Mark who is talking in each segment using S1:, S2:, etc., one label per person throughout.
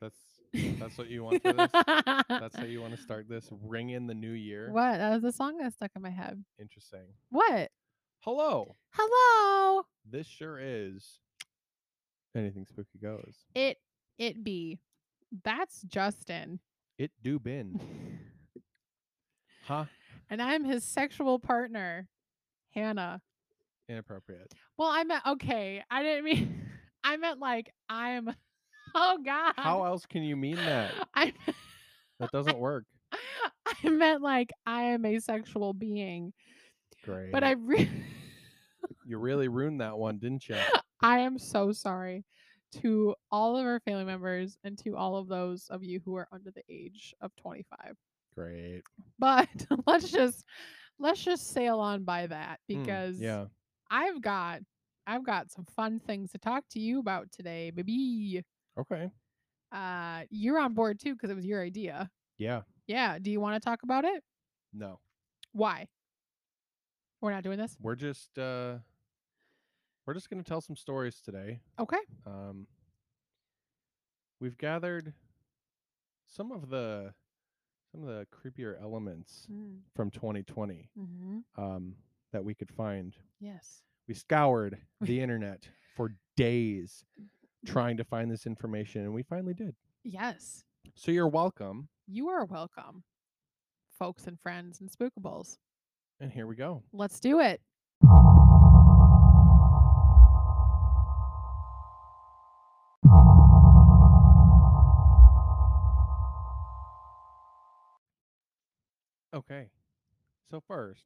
S1: That's that's what you want for this. That's how you want to start this. Ring in the new year.
S2: What? That was a song that stuck in my head.
S1: Interesting.
S2: What?
S1: Hello.
S2: Hello.
S1: This sure is anything spooky goes.
S2: It it be. That's Justin.
S1: It do been, huh?
S2: and I'm his sexual partner, Hannah.
S1: Inappropriate.
S2: Well, I meant okay. I didn't mean I meant like I'm oh god.
S1: How else can you mean that?
S2: I
S1: That doesn't work.
S2: I meant like I am a sexual being.
S1: Great.
S2: But I re-
S1: you really ruined that one, didn't you?
S2: I am so sorry to all of our family members and to all of those of you who are under the age of 25.
S1: Great.
S2: But let's just let's just sail on by that
S1: Mm,
S2: because
S1: yeah,
S2: I've got I've got some fun things to talk to you about today, baby.
S1: okay,
S2: Uh you're on board too because it was your idea.
S1: yeah,
S2: Yeah, do you want to talk about it?
S1: no,
S2: Why? We're not doing this.
S1: we're just uh, we're just gonna tell some stories today.
S2: Okay.
S1: Um, we've gathered some of the some of the creepier elements
S2: Mm.
S1: from 2020
S2: Mm-hmm.
S1: um, that we could find.
S2: Yes.
S1: We scoured the internet for days trying to find this information, and we finally did.
S2: Yes.
S1: So you're welcome.
S2: You are welcome, folks and friends and spookables.
S1: And here we go.
S2: Let's do it.
S1: Okay. So first,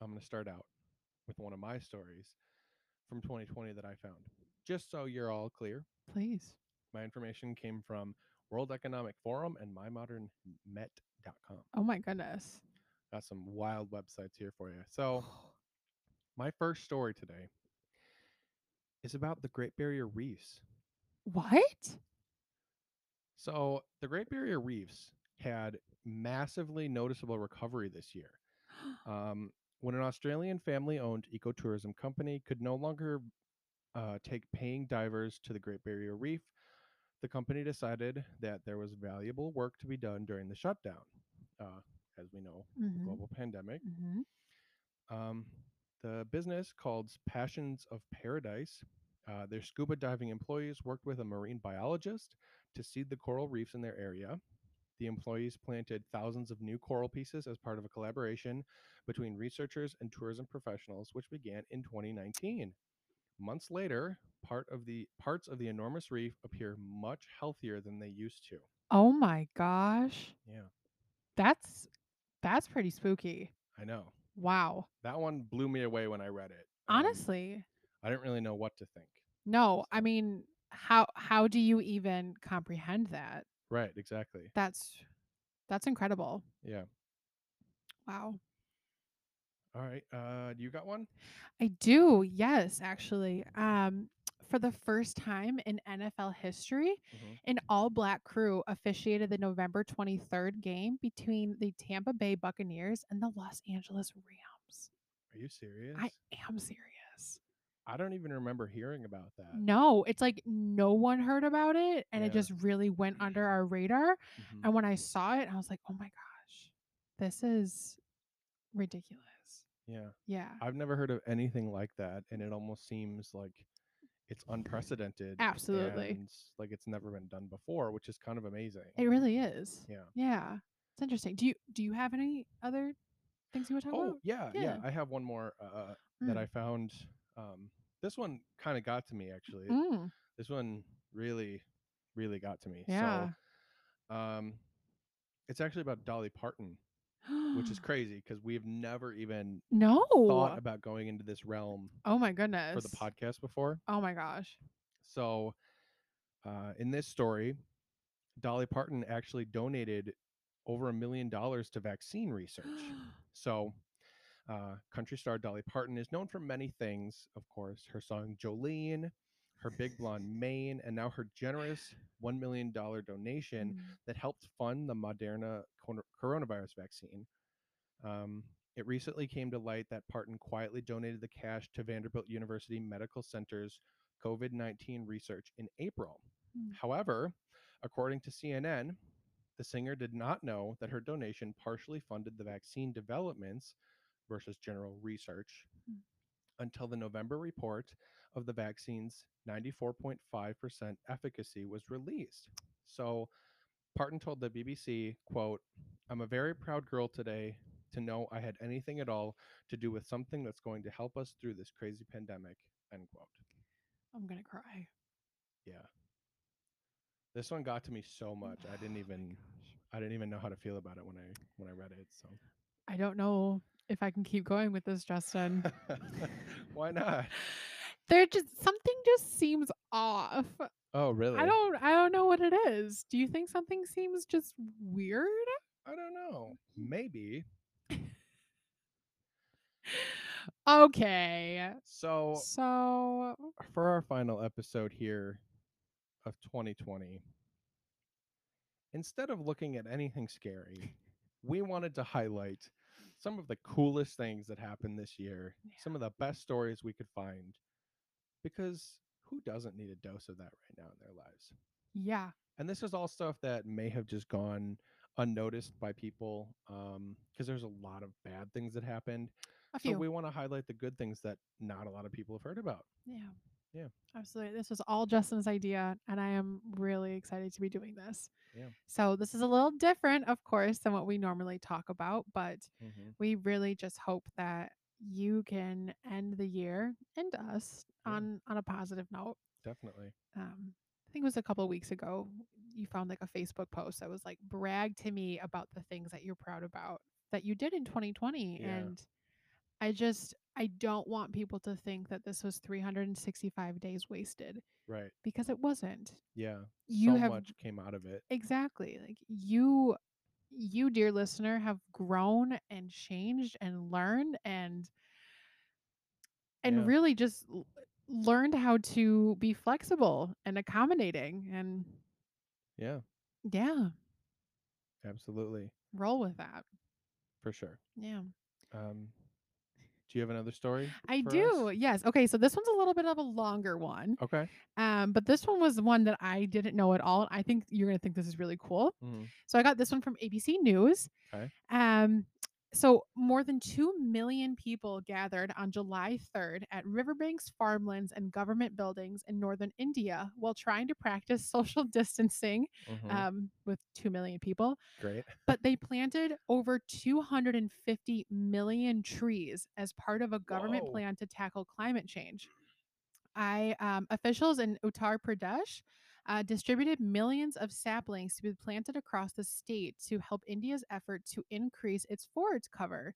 S1: I'm going to start out with one of my stories from 2020 that I found. Just so you're all clear,
S2: Please.
S1: my information came from World Economic Forum and mymodernmet.com.
S2: Oh my goodness.
S1: Got some wild websites here for you. So, my first story today is about the Great Barrier Reefs.
S2: What?
S1: So, the Great Barrier Reefs had massively noticeable recovery this year. um, when an Australian family owned ecotourism company could no longer uh, take paying divers to the Great Barrier Reef, the company decided that there was valuable work to be done during the shutdown. Uh, as we know,
S2: Mhm,
S1: global pandemic.
S2: mhm.
S1: Um, the business called Passions of Paradise. Uh, their scuba diving employees worked with a marine biologist to seed the coral reefs in their area. The employees planted thousands of new coral pieces as part of a collaboration between researchers and tourism professionals, which began in 2019. Months later, part of the parts of the enormous reef appear much healthier than they used to.
S2: Oh my gosh.
S1: Yeah,
S2: That's that's pretty spooky.
S1: I know.
S2: Wow.
S1: That one blew me away when I read it. Um,
S2: Honestly,
S1: I didn't really know what to think.
S2: no. I mean, how how do you even comprehend that?
S1: Right, exactly.
S2: That's that's incredible.
S1: Yeah.
S2: Wow.
S1: All right. Uh, you got one?
S2: I do. Yes, actually. Um, for the first time in NFL history,
S1: Mhm.
S2: an all black crew officiated the November 23rd game between the Tampa Bay Buccaneers and the Los Angeles Rams.
S1: Are you serious?
S2: I am serious.
S1: I don't even remember hearing about that.
S2: No, it's like no one heard about it and it
S1: Yeah.
S2: just really went under our radar.
S1: Mhm.
S2: And when I saw it, I was like, oh my gosh, this is ridiculous.
S1: Yeah.
S2: Yeah,
S1: I've never heard of anything like that. And it almost seems like it's unprecedented.
S2: Absolutely.
S1: And like it's never been done before, which is kind of amazing.
S2: it really is.
S1: yeah.
S2: Yeah, it's interesting. Do you do you have any other things you want to talk
S1: Oh,
S2: about?
S1: yeah, yeah.
S2: Yeah. Mm.
S1: I have one more uh, that I found. Um, this one kind of got to me, actually.
S2: Mm,
S1: This one really, really got to me.
S2: yeah,
S1: So, um, it's actually about Dolly Parton, which is crazy because we've never even
S2: no.
S1: thought about going into this realm
S2: oh my goodness.
S1: for the podcast before.
S2: Oh my gosh.
S1: So, uh, in this story, Dolly Parton actually donated over a million dollars to vaccine research. So, uh, country star Dolly Parton is known for many things, of course, her song Jolene, her big blonde mane, and now her generous $1 million donation
S2: Mm.
S1: that helped fund the Moderna cor- coronavirus vaccine. Um, it recently came to light that Parton quietly donated the cash to Vanderbilt University Medical Center's COVID 19 research in April.
S2: Mm.
S1: However, According to CNN, the singer did not know that her donation partially funded the vaccine developments versus general research
S2: Hmm.
S1: until the November report of the vaccine's 94.5% efficacy was released. So Parton told the BBC, quote, I'm a very proud girl today to know I had anything at all to do with something that's going to help us through this crazy pandemic, end quote.
S2: I'm gonna cry.
S1: Yeah. This one got to me so much. I didn't
S2: Oh my
S1: even
S2: gosh.
S1: I didn't even know how to feel about it when I when I read it. So
S2: I don't know if I can keep going with this, Justin.
S1: why not?
S2: There just something just seems off.
S1: Oh really?
S2: I don't I don't know what it is. Do you think something seems just weird?
S1: I don't know. Maybe.
S2: Okay.
S1: So
S2: So
S1: for our final episode here of 2020, instead of looking at anything scary, we wanted to highlight some of the coolest things that happened this year, some of the best stories we could find, because who doesn't need a dose of that right now in their lives?
S2: yeah.
S1: And this is all stuff that may have just gone unnoticed by people, because there's a lot of bad things that happened.
S2: A
S1: So
S2: few.
S1: we want to highlight the good things that not a lot of people have heard about.
S2: yeah.
S1: Yeah.
S2: Absolutely. This was all Justin's idea, and I am really excited to be doing this.
S1: Yeah.
S2: So this is a little different, of course, than what we normally talk about, but we really just hope that you can end the year and us
S1: Yeah.
S2: on on a positive note.
S1: Definitely.
S2: Um, I think it was a couple of weeks ago. You found like a Facebook post that was like, "Brag to me about the things that you're proud about that you did in 2020."
S1: Yeah.
S2: And I just I don't want people to think that this was 365 days wasted
S1: Right.
S2: because it wasn't.
S1: Yeah.
S2: You
S1: so
S2: have
S1: much came out of it.
S2: Exactly. Like you you dear listener have grown and changed and learned and and
S1: Yeah.
S2: really just l- learned how to be flexible and accommodating and
S1: Yeah.
S2: yeah,
S1: Absolutely.
S2: roll with that.
S1: For sure.
S2: Yeah.
S1: Um, do you have another story?
S2: I
S1: for us?
S2: do. Yes. Okay, so this one's a little bit of a longer one.
S1: Okay.
S2: Um but this one was one that I didn't know at all and I think you're going to think this is really cool.
S1: Mhm.
S2: So I got this one from ABC News.
S1: Okay.
S2: Um, so more than two million people gathered on July 3rd at riverbanks, farmlands, and government buildings in northern India while trying to practice social distancing
S1: Mhm.
S2: um, with two million people.
S1: Great.
S2: But they planted over 250 million trees as part of a government
S1: Whoa.
S2: plan to tackle climate change. I um, officials in Uttar Pradesh uh, distributed millions of saplings to be planted across the state to help India's effort to increase its forage cover.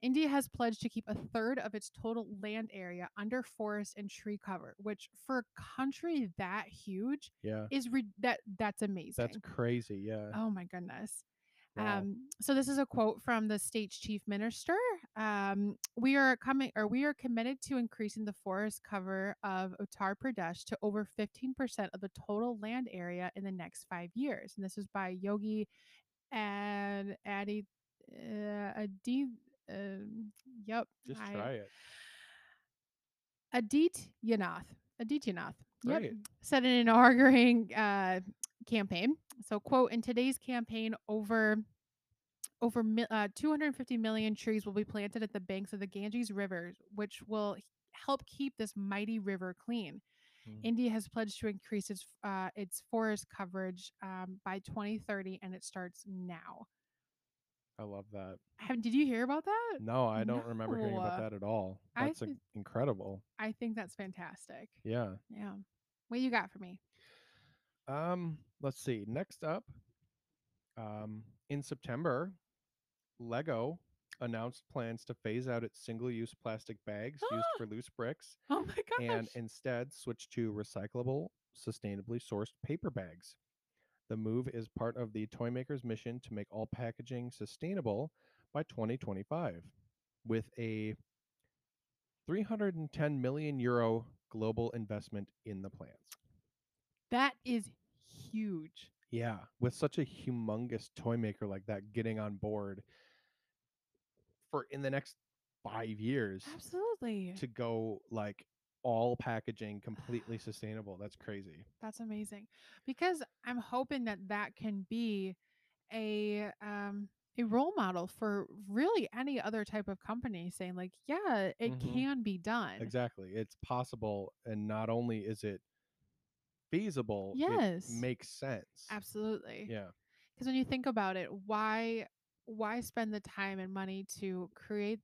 S2: India has pledged to keep a third of its total land area under forest and tree cover, which for a country that huge
S1: Yeah.
S2: is re- that that's amazing.
S1: That's crazy. Yeah.
S2: oh my goodness.
S1: Wow.
S2: Um, so this is a quote from the state's chief minister. Um, we are coming, or we are committed to increasing the forest cover of Uttar Pradesh to over 15% of the total land area in the next five years. And this is by Yogi and Adi, uh, Adi, um yep,
S1: Just
S2: I-
S1: try it.
S2: Adit Yanath. Adit Yanath. Yep
S1: Great.
S2: said in an inauguring uh, campaign. So, quote: In today's campaign, over over mi- uh, 250 million trees will be planted at the banks of the Ganges River, which will h- help keep this mighty river clean.
S1: Mm.
S2: India has pledged to increase its uh, its forest coverage um, by 2030, and it starts now.
S1: I love that.
S2: Have, did you hear about that?
S1: No, I don't remember hearing about
S2: No.
S1: that at all.
S2: I
S1: That's a-
S2: think-
S1: incredible.
S2: I think that's fantastic.
S1: Yeah.
S2: Yeah. What you got for me?
S1: Um, let's see. Next up, um, in September, Lego announced plans to phase out its single-use plastic bags used for loose bricks
S2: Oh my gosh!
S1: and instead switch to recyclable, sustainably sourced paper bags. The move is part of the toy maker's mission to make all packaging sustainable by 2025 with a 310 million euro global investment in the plans.
S2: that is huge.
S1: Yeah, with such a humongous toy maker like that getting on board for in the next 5 years
S2: Absolutely.
S1: to go like all packaging completely sustainable. That's crazy.
S2: That's amazing. Because I'm hoping that that can be a um a role model for really any other type of company saying like, yeah, it
S1: Mhm.
S2: can be done.
S1: Exactly. It's possible and not only is it feasible,
S2: Yes.
S1: it makes sense.
S2: Absolutely.
S1: Yeah.
S2: Because when you think about it, why why spend the time and money to create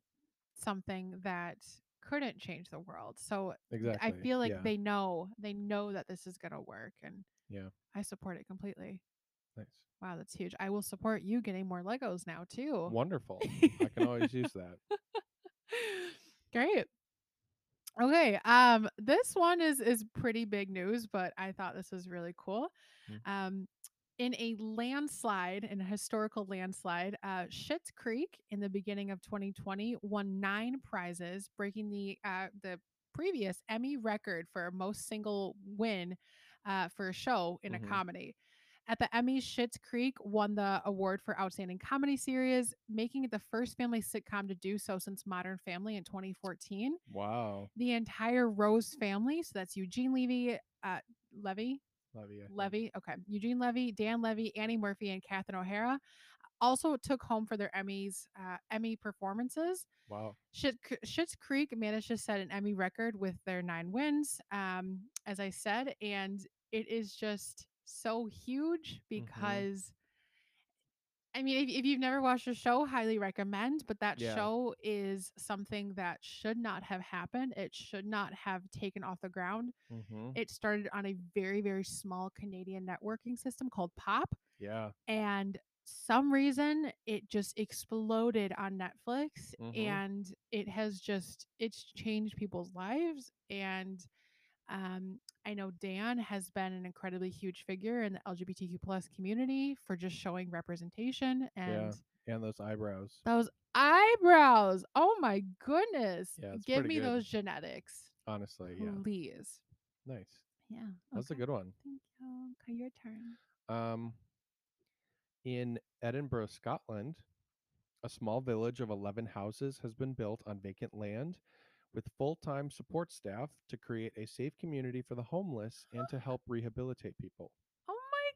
S2: something that couldn't change the world? So
S1: Exactly.
S2: I feel like
S1: yeah.
S2: they know they know that this is gonna work and
S1: Yeah.
S2: I support it completely.
S1: nice.
S2: Wow, that's huge. I will support you getting more Legos now too.
S1: Wonderful. I can always use that.
S2: Great. Okay, um this one is is pretty big news, but I thought this was really cool.
S1: Mm.
S2: Um in a landslide, in a historical landslide, uh, Schitt's Creek in the beginning of 2020 won nine prizes, breaking the uh, the previous Emmy record for most single win uh, for a show in
S1: Mhm.
S2: a comedy. At the Emmys, Schitt's Creek won the award for Outstanding Comedy Series, making it the first family sitcom to do so since Modern Family in 2014.
S1: Wow.
S2: The entire Rose family, so that's Eugene Levy, uh, Levy,
S1: Love you. I think.
S2: Levy, okay, Eugene Levy, Dan Levy, Annie Murphy, and Catherine O'Hara, also took home for their Emmys uh, Emmy performances.
S1: Wow.
S2: Schitt- C- Schitt's Creek managed to set an Emmy record with their nine wins, um, as I said, and it is just so huge because, I mean, if, if you've never watched the show, highly recommend. But that
S1: Yeah.
S2: show is something that should not have happened. It should not have taken off the ground.
S1: Mm-hmm.
S2: It started on a very, very small Canadian networking system called Pop,
S1: Yeah.
S2: and some reason it just exploded on Netflix
S1: Mhm.
S2: and it has just it's changed people's lives and um I know Dan has been an incredibly huge figure in the LGBTQ plus community for just showing representation and
S1: And those eyebrows.
S2: those eyebrows. Oh my goodness.
S1: Yeah, it's
S2: Give me
S1: pretty good.
S2: those genetics.
S1: Honestly, yeah.
S2: Please.
S1: Nice.
S2: Yeah.
S1: That's
S2: Oh,
S1: a
S2: okay.
S1: good one.
S2: Thank you. Okay, your turn.
S1: Um, in Edinburgh, Scotland, a small village of 11 houses has been built on vacant land with full time support staff to create a safe community for the homeless and to help rehabilitate people.
S2: Oh my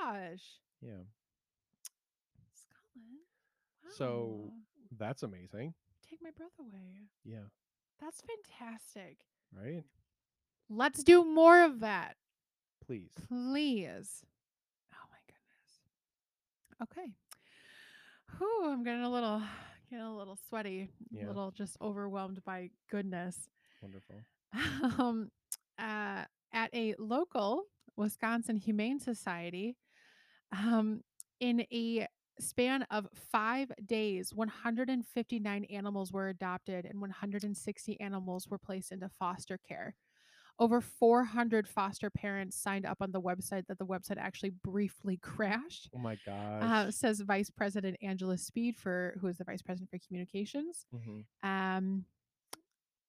S2: gosh.
S1: Yeah,
S2: Scotland.
S1: So-
S2: Wow.
S1: that's amazing.
S2: take my breath away.
S1: Yeah,
S2: That's fantastic.
S1: right?
S2: Let's do more of that,
S1: Please.
S2: please. Oh my goodness. Okay. Whew, I'm getting a little getting a little sweaty, a
S1: Yeah.
S2: little just overwhelmed by goodness.
S1: Wonderful.
S2: um, uh, at a local Wisconsin Humane Society, um, in a span of five days, 159 animals were adopted and 160 animals were placed into foster care. Over 400 foster parents signed up on the website that the website actually briefly crashed.
S1: Oh my gosh.
S2: Uh, says Vice President Angela Speed for who is the Vice President for Communications.
S1: hmm
S2: Um,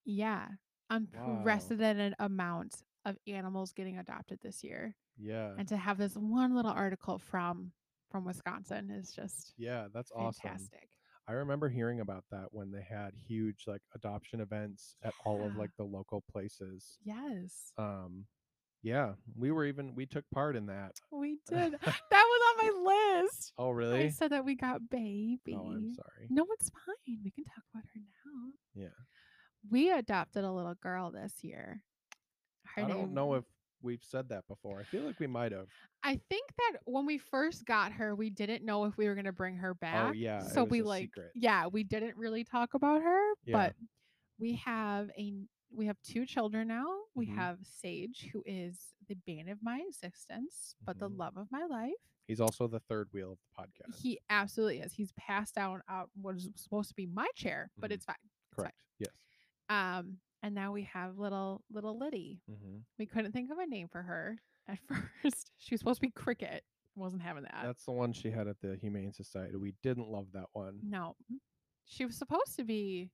S2: yeah, unprecedented amount of animals getting adopted this year,
S1: Yeah.
S2: and to have this one little article from from Wisconsin is just
S1: Yeah, that's awesome.
S2: fantastic.
S1: I remember hearing about that when they had huge like adoption events at all of
S2: Yeah.
S1: like the local places.
S2: Yes,
S1: um yeah we were even we took part in Uh, that
S2: we did. that was on my list.
S1: oh
S2: I
S1: really
S2: said that we got baby.
S1: oh i'm sorry
S2: No, it's fine. We can talk about her now.
S1: Yeah.
S2: we adopted a little girl this year. Her
S1: i don't
S2: name-
S1: know if we've said that before i feel like we might have
S2: I think that when we first got her, we didn't know if we were going to bring her back.
S1: Oh, yeah, it
S2: So
S1: was
S2: we
S1: a
S2: like,
S1: secret.
S2: yeah, we didn't really talk about her,
S1: Yeah.
S2: but we have a we have two children now. We
S1: Mhm.
S2: have Sage, who is the bane of my existence, but the
S1: Mhm.
S2: love of my life.
S1: he's also the third wheel of the podcast
S2: He absolutely is. He's passed down out what is supposed to be my chair, but
S1: Mhm.
S2: it's fine.
S1: correct yes
S2: Um, and now we have little little Liddy.
S1: mm-hmm.
S2: We couldn't think of a name for her at first. she was supposed to be Cricket. Wasn't having that.
S1: that's the one she had at the humane society we didn't love that one
S2: No. She was supposed to be.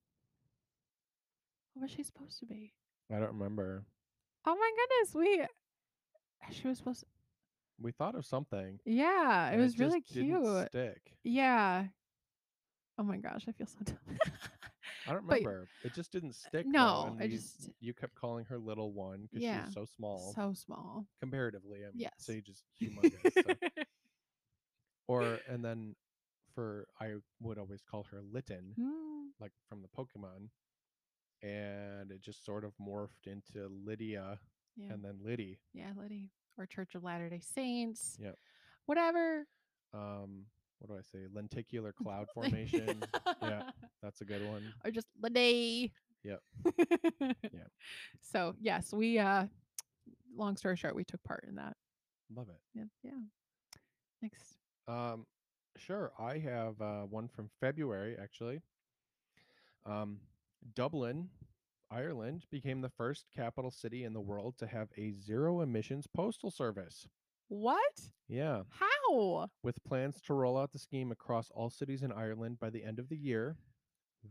S2: What was she supposed to be?
S1: i don't remember
S2: Oh my goodness, we. She was supposed.
S1: we thought of something
S2: yeah, Uh, it
S1: and
S2: was really
S1: just didn't
S2: cute.
S1: stick
S2: Yeah. Oh my gosh, I feel so dumb.
S1: I don't
S2: But- uh,
S1: remember. it just didn't stick. though,
S2: no,
S1: and
S2: I
S1: we-
S2: just-
S1: you kept calling her little one because
S2: Yeah,
S1: she's so small
S2: So small.
S1: comparatively. I mean,
S2: yes.
S1: Sage is humongous. so- Or and then for I would always call her Litten,
S2: Mm,
S1: like from the Pokemon, and it just sort of morphed into Lydia
S2: yeah.
S1: and then Liddy.
S2: Yeah, Liddy. Or Church of Latter day Saints.
S1: Yep.
S2: Whatever.
S1: Um, what do I say? Lenticular cloud formation. yeah. That's a good one.
S2: or just Liddy.
S1: Yep. Yep.
S2: So yes, we uh long story short, we took part in that.
S1: Love it.
S2: Yeah. yeah. Next.
S1: Um, sure. I have uh, one from February actually. Um, Dublin, Ireland became the first capital city in the world to have a zero emissions postal service.
S2: What?
S1: Yeah,
S2: How?
S1: with plans to roll out the scheme across all cities in Ireland by the end of the year.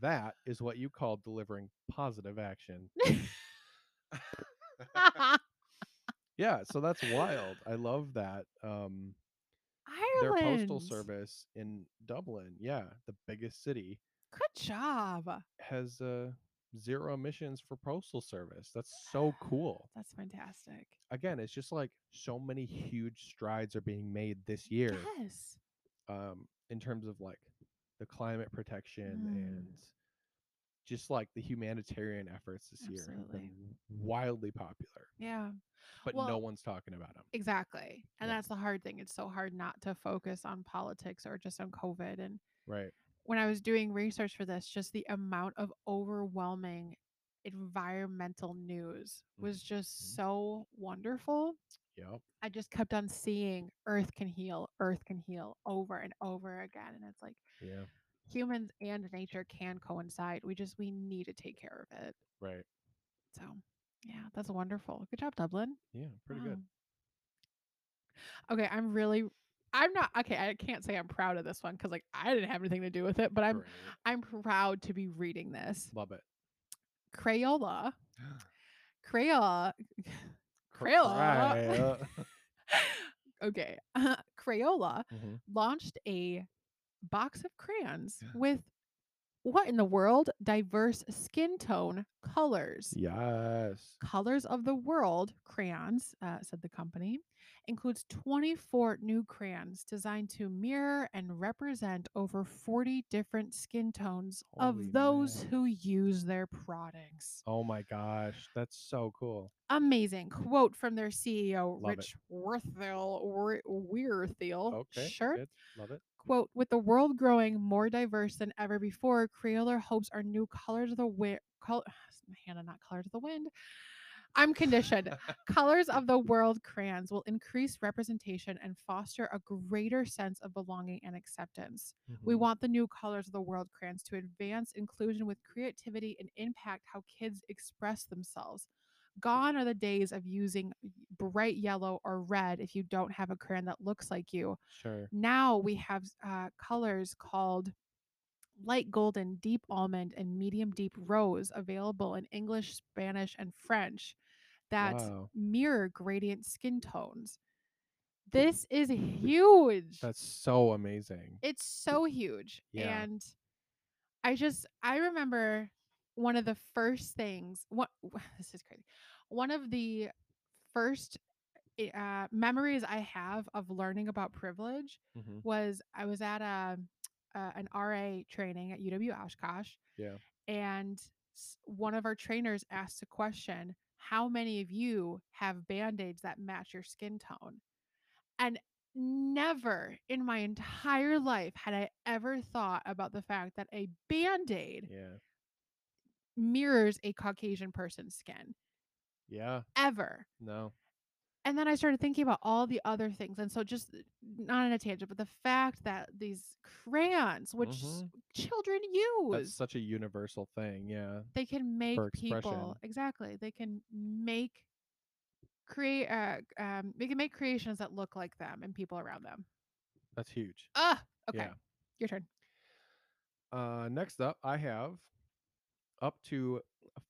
S1: That is what you call delivering positive action. Yeah, so that's wild. I love that. Um, their
S2: Ireland.
S1: postal service in Dublin, yeah, the biggest city,
S2: Good job.
S1: has uh, zero emissions for postal service. That's so cool.
S2: That's fantastic.
S1: Again, it's just like so many huge strides are being made this year
S2: Yes.
S1: um, in terms of like the climate protection
S2: Mm.
S1: and just like the humanitarian efforts this year have
S2: Absolutely.
S1: been wildly popular,
S2: Yeah.
S1: but no
S2: Well,
S1: one's talking about them.
S2: Exactly. And
S1: Yeah.
S2: that's the hard thing. It's so hard not to focus on politics or just on COVID and
S1: Right.
S2: when I was doing research for this, just the amount of overwhelming environmental news was just so wonderful.
S1: Yep.
S2: I just kept on seeing earth can heal, earth can heal over and over again. And it's like
S1: Yeah.
S2: humans and nature can coincide. We just, we need to take care of it.
S1: Right.
S2: So, yeah, that's wonderful. Good job, Dublin.
S1: Yeah. Pretty
S2: Mm,
S1: good.
S2: Wow. Okay, I'm really, I'm not, okay, I can't say I'm proud of this one because like I didn't have anything to do with it, but I'm,
S1: Great.
S2: I'm proud to be reading this.
S1: Love it.
S2: Crayola. Crayola.
S1: Cr-
S2: Crayola.
S1: cry, uh,
S2: okay. Crayola
S1: mhm.
S2: launched a box of crayons
S1: Yeah.
S2: with what in the world? Diverse skin tone colors.
S1: Yes.
S2: Colors of the World crayons, uh, said the company, includes 24 new crayons designed to mirror and represent over 40 different skin tones
S1: Holy
S2: of those
S1: man.
S2: who use their products.
S1: Oh my gosh, that's so cool.
S2: amazing quote from their CEO
S1: Love it.
S2: Rich Werthel or Weirthiel.
S1: Okay.
S2: Oh, sure.
S1: good. Love it.
S2: Quote: With the world growing more diverse than ever before, Crayola hopes our new colors of the wind, col- Hannah, not colors of the wind. I'm conditioned. Colors of the World crayons will increase representation and foster a greater sense of belonging and acceptance. We
S1: Mhm.
S2: want the new Colors of the World crayons to advance inclusion with creativity and impact how kids express themselves. Gone are the days of using bright yellow or red if you don't have a crayon that looks like you.
S1: Sure.
S2: Now we
S1: Mm-hmm.
S2: have uh, colors called light golden, deep almond, and medium deep rose available in English, Spanish, and French that
S1: Wow.
S2: mirror gradient skin tones. This is huge
S1: That's so amazing.
S2: it's so huge
S1: Yeah.
S2: and i just i remember one of the first things what this is crazy one of the first i- uh, memories i have of learning about privilege
S1: Mhm.
S2: was i was at a uh, an ra training at uw oshkosh
S1: Yeah.
S2: and s- one of our trainers asked a question how many of you have band-aids that match your skin tone and never in my entire life had i ever thought about the fact that a band-aid
S1: Yeah.
S2: mirrors a caucasian person's skin
S1: Yeah.
S2: ever
S1: No.
S2: and then i started thinking about all the other things and so just uh, not on a tangent but the fact that these crayons which s-
S1: Mhm.
S2: children use
S1: That's such a universal thing. Yeah.
S2: they can make
S1: for
S2: people
S1: expression.
S2: exactly they can make create uh, um they can make creations that look like them and people around them
S1: That's huge.
S2: ah okay
S1: Yeah.
S2: your turn
S1: Uh, next up, I have up to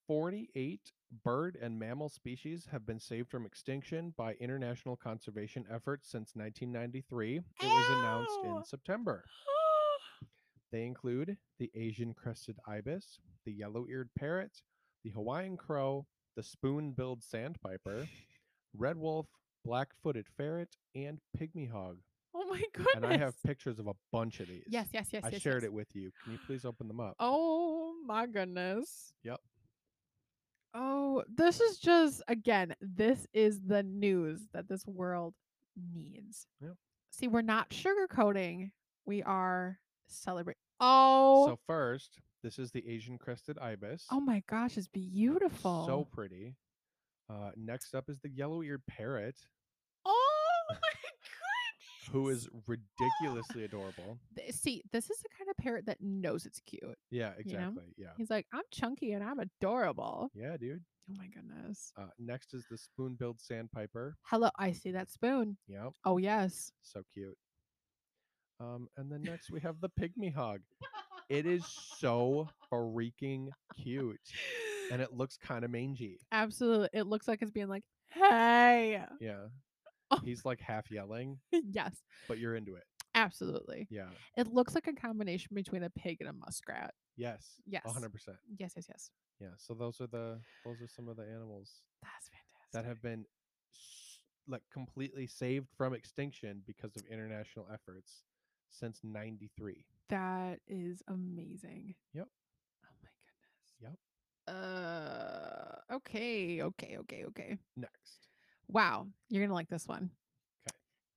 S1: 48 bird and mammal species have been saved from extinction by international conservation efforts since 1993. It was announced
S2: Ow.
S1: in September. They include the Asian crested ibis, the yellow eared parrot, the Hawaiian crow, the spoon billed sandpiper, red wolf, black footed ferret, and pygmy hog.
S2: Oh my goodness.
S1: And I have pictures of a bunch of these.
S2: Yes, yes, yes.
S1: I
S2: yes,
S1: shared
S2: yes.
S1: it with you. Can you please open them up?
S2: Oh my goodness.
S1: Yep.
S2: Oh, this is just again, this is the news that this world needs.
S1: Yep.
S2: See, we're not sugarcoating. We are celebrating. Oh,
S1: So first, this is the Asian crested ibis.
S2: oh my gosh, it's beautiful.
S1: So pretty. Uh, next up is the yellow-eared parrot,
S2: oh my goodness.
S1: who is ridiculously adorable.
S2: Th- See, this is the kind of parrot that knows it's cute.
S1: Yeah,
S2: You know?
S1: exactly. Yeah.
S2: He's like, I'm chunky and I'm adorable.
S1: Yeah, dude.
S2: Oh my goodness.
S1: Uh, next is the spoon-billed sandpiper.
S2: Hello, I see that spoon.
S1: Yep.
S2: Oh yes.
S1: So cute. Um, and then next we have the pygmy hog. It is so freaking cute, and it looks kind of mangy.
S2: Absolutely. It looks like it's being like, hey.
S1: Yeah,
S2: Oh.
S1: he's like half yelling,
S2: yes,
S1: but you're into it.
S2: absolutely.
S1: Yeah.
S2: It looks like a combination between a pig and a muskrat.
S1: Yes.
S2: Yes.
S1: a hundred percent.
S2: Yes, yes, yes.
S1: Yeah. So those are the those are some of the animals
S2: That's fantastic.
S1: that have been s- like completely saved from extinction because of international efforts since '93.
S2: that is amazing.
S1: Yep.
S2: Oh my goodness. Uh okay, okay, okay, okay.
S1: Next.
S2: Wow, you're going to like this one.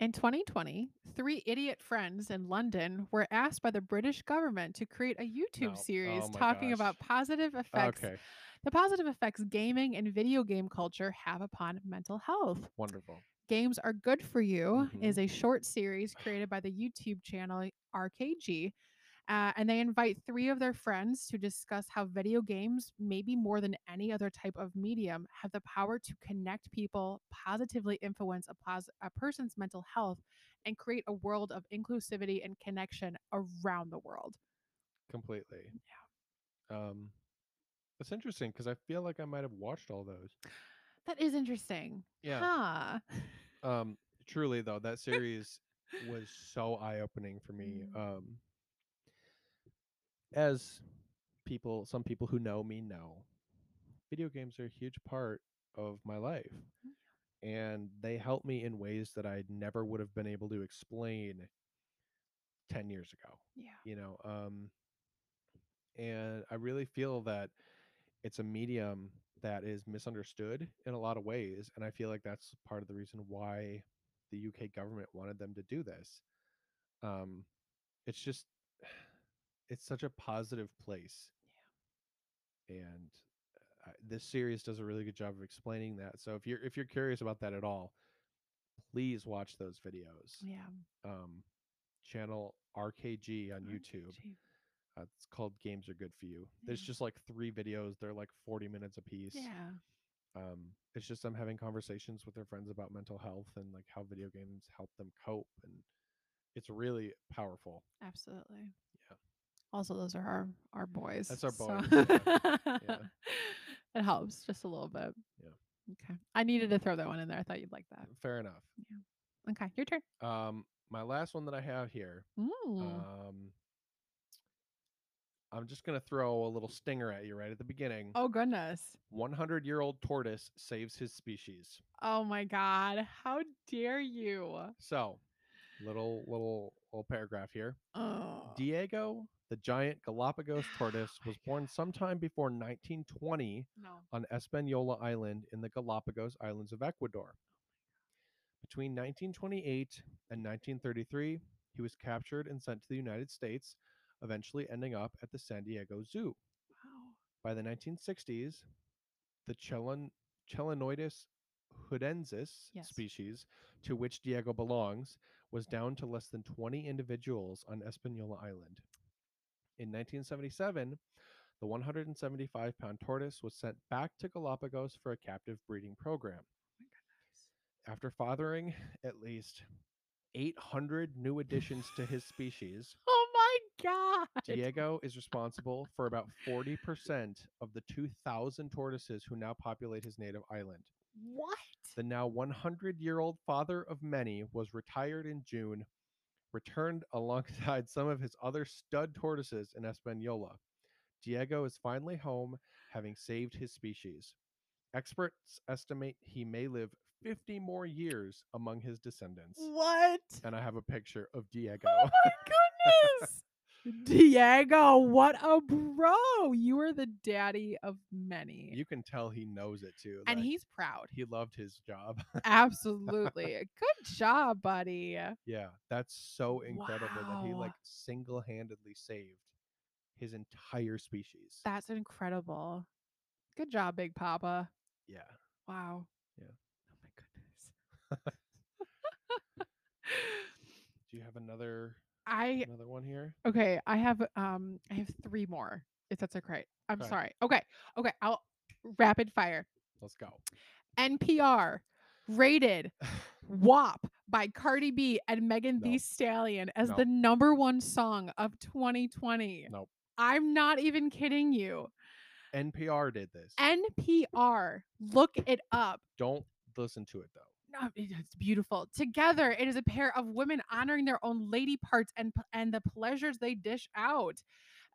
S2: In 2020, three idiot friends in London were asked by the British government to create a YouTube
S1: No.
S2: series
S1: Oh my
S2: talking
S1: gosh.
S2: about positive effects
S1: Okay.
S2: the positive effects gaming and video game culture have upon mental health.
S1: Wonderful.
S2: Games Are Good For You is
S1: Mm-hmm.
S2: a short series created by the YouTube channel RKG. Uh, and they invite three of their friends to discuss how video games, maybe more than any other type of medium, have the power to connect people, positively influence a, pos- a person's mental health, and create a world of inclusivity and connection around the world.
S1: Completely. Yeah. Um, that's interesting because I feel like I might have watched all those.
S2: That is interesting.
S1: Yeah.
S2: Huh.
S1: Um, truly though, that series was so eye opening for me.
S2: Mm.
S1: Um, as people, some people who know me know, video games are a huge part of my life, and they help me in ways that I never would have been able to explain ten years ago.
S2: Yeah.
S1: you know um and i really feel that it's a medium that is misunderstood in a lot of ways and i feel like that's part of the reason why the uk government wanted them to do this um it's just it's such a positive place and uh, this series does a really good job of explaining that so if you're if you're curious about that at all please watch those videos
S2: Yeah.
S1: um, channel RKG on YouTube.
S2: Gee.
S1: Uh, it's called Games Are Good for You. There's
S2: Yeah.
S1: just like three videos. They're like 40 minutes apiece.
S2: Yeah.
S1: Um, it's just them having conversations with their friends about mental health and like how video games help them cope. And it's really powerful.
S2: Absolutely.
S1: Yeah. Mm,
S2: Also, those are our our boys.
S1: That's our
S2: so-
S1: boys, yeah.
S2: it helps just a little bit.
S1: Yeah.
S2: Okay. I needed to throw that one in there. I thought you'd like that.
S1: Fair enough. Mm.
S2: Okay, your turn.
S1: Um, my last one that I have here.
S2: Mm.
S1: Um, I'm just going to throw a little stinger at you right at the beginning.
S2: oh goodness.
S1: 100 year old tortoise saves his species.
S2: Oh my God. How dare you?
S1: So, little little little paragraph here.
S2: Oh.
S1: Diego, the giant Galapagos tortoise,
S2: Oh my
S1: was born sometime before 1920
S2: no.
S1: on Espanola Island in the Galapagos Islands of Ecuador. Between 1928 and 1933, he was captured and sent to the United States, eventually ending up at the San Diego Zoo.
S2: Wow.
S1: By the 1960s, the Chelan- Chelenoidus hudensis
S2: Yes.
S1: species, to which Diego belongs, was down to less than 20 individuals on Espanola Island. In 1977, the 175 pound tortoise was sent back to Galapagos for a captive breeding program. After fathering at least 800 new additions to his species,
S2: Oh my God.
S1: Diego is responsible for about 40% of the 2,000 tortoises who now populate his native island.
S2: What?
S1: The now 100 year old father of many was retired in June, returned alongside some of his other stud tortoises in Espanola. Diego is finally home, having saved his species. Experts estimate he may live 50 more years among his descendants.
S2: What?
S1: And I have a picture of Diego.
S2: Oh my goodness. Diego, what a bro. You are the daddy of many.
S1: you can tell he knows it too.
S2: and
S1: like,
S2: he's proud.
S1: he loved his job.
S2: Absolutely. Good job, buddy.
S1: yeah, that's so incredible that he
S2: Wow.
S1: like single-handedly saved his entire species.
S2: That's incredible. Good job, Big Papa.
S1: yeah.
S2: Wow.
S1: Yeah. Oh
S2: Oh my goodness.
S1: Do you have another
S2: I
S1: another one here?
S2: okay, I have um I have three more, if that's okay. I'm
S1: Okay.
S2: sorry. Okay. Okay, I'll rapid fire.
S1: Let's go.
S2: NPR rated WAP by Cardi B and Megan
S1: No.
S2: Thee Stallion as
S1: No.
S2: the number one song of 2020.
S1: Nope.
S2: I'm not even kidding you.
S1: NPR did this.
S2: NPR, look it up.
S1: Don't listen to it though.
S2: No, it- It's beautiful. Together, it is a pair of women honoring their own lady parts and p- and the pleasures they dish out.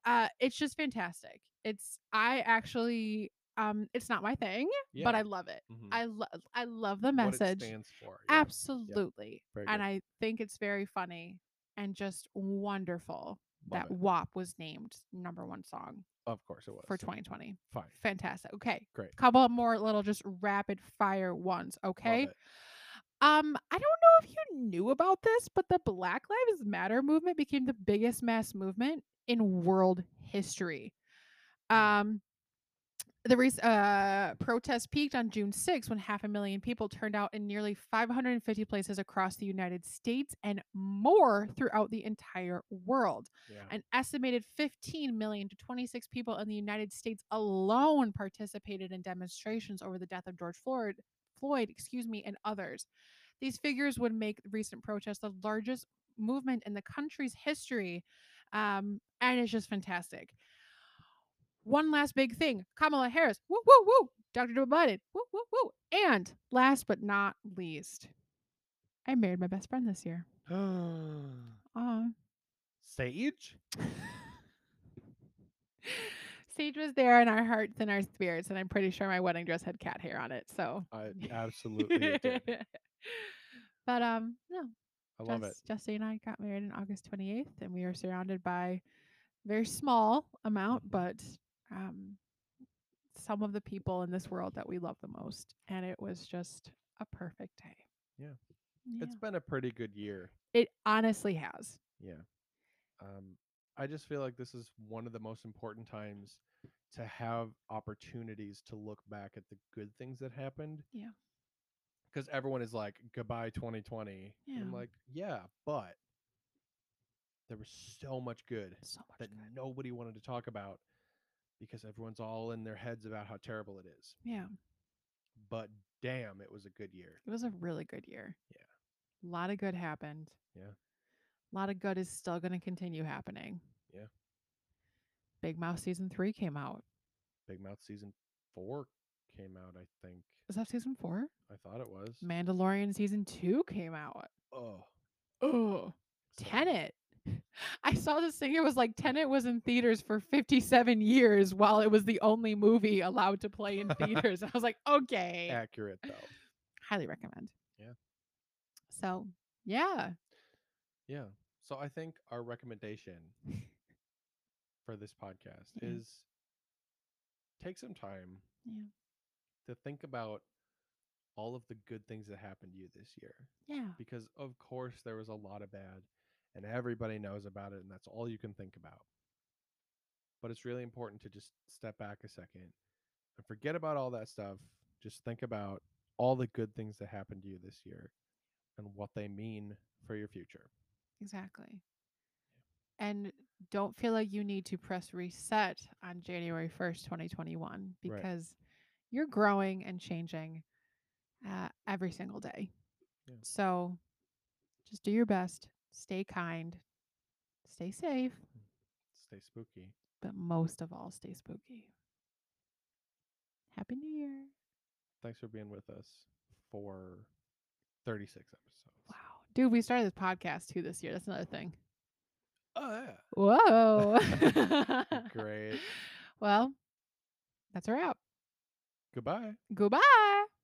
S2: Uh, it's just fantastic. It's I actually um, it's not my thing, but I love it.
S1: Mhm.
S2: I love I love the
S1: What it
S2: message.
S1: stands for. yeah.
S2: Absolutely.
S1: Very
S2: and
S1: good.
S2: I think it's very funny and just wonderful
S1: Love
S2: that
S1: it.
S2: WAP was named number one song
S1: Of course it was.
S2: for 2020.
S1: Fine.
S2: Fantastic. Okay.
S1: Great.
S2: Couple more little just rapid fire ones.
S1: Love
S2: Okay.
S1: it.
S2: Um, I don't know if you knew about this, but the Black Lives Matter movement became the biggest mass movement in world history.
S1: Mm.
S2: Um, the rec- uh, protest peaked on June 6 when half a million people turned out in nearly 550 places across the United States and more throughout the entire world.
S1: Yeah.
S2: An estimated 15 million to 26 people in the United States alone participated in demonstrations over the death of George Floyd, Floyd, excuse me, and others. These figures would make recent protests the largest movement in the country's history, um, and it's just fantastic. One last big thing: Kamala Harris, woo woo woo, Dr. Joe Biden, woo woo woo, and last but not least, I married my best friend this year. Aw.
S1: Sage?
S2: Sage was there in our hearts and our spirits, and I'm pretty sure my wedding dress had cat hair on it. So
S1: I absolutely it did.
S2: but um, no,
S1: I love it.
S2: Jess- Jesse and I got married on August 28th, and we are surrounded by very small amount,
S1: Mhm.
S2: but um, some of the people in this world that we love the most, and it was just a perfect day.
S1: Yeah.
S2: Yeah.
S1: It's been a pretty good year.
S2: it honestly has.
S1: Yeah. Um, I just feel like this is one of the most important times to have opportunities to look back at the good things that happened.
S2: Yeah.
S1: Because everyone is like, goodbye 2020. And I'm
S2: Yeah.
S1: like, yeah, but there was so much good
S2: So much
S1: that
S2: good.
S1: nobody wanted to talk about because everyone's all in their heads about how terrible it is.
S2: Yeah.
S1: But damn, it was a good year.
S2: It was a really good year. Yeah. A lot of good happened.
S1: Yeah.
S2: A lot of good is still going to continue happening.
S1: Yeah.
S2: Big Mouth season three came out.
S1: Big Mouth season four came out, I think.
S2: Is that season four?
S1: I thought it was.
S2: Mandalorian season two came out.
S1: Oh,
S2: Oh,
S1: so-
S2: Tenet. I saw this thing. It was like Tenet was in theaters for 57 years while it was the only movie allowed to play in theaters. I was like, okay.
S1: accurate though.
S2: Highly recommend.
S1: Yeah.
S2: So, yeah.
S1: Yeah. So I think our recommendation for this podcast
S2: Yeah.
S1: is take some time
S2: Yeah.
S1: to think about all of the good things that happened to you this year.
S2: Yeah.
S1: Because of course there was a lot of bad and everybody knows about it and that's all you can think about. But it's really important to just step back a second and forget about all that stuff. Just think about all the good things that happened to you this year and what they mean for your future.
S2: Exactly. And don't feel like you need to press reset on January 1st, 2021,
S1: Right.
S2: because you're growing and changing uh, every single day.
S1: Yeah.
S2: So just do your best, stay kind, stay safe,
S1: Stay spooky.
S2: but most of all, stay spooky. Happy New Year.
S1: thanks for being with us for 36 episodes.
S2: Wow. Dude, we started this podcast too this year. That's another thing.
S1: Oh, yeah.
S2: Whoa.
S1: Great. Well, that's a wrap.
S2: Goodbye.
S1: Goodbye.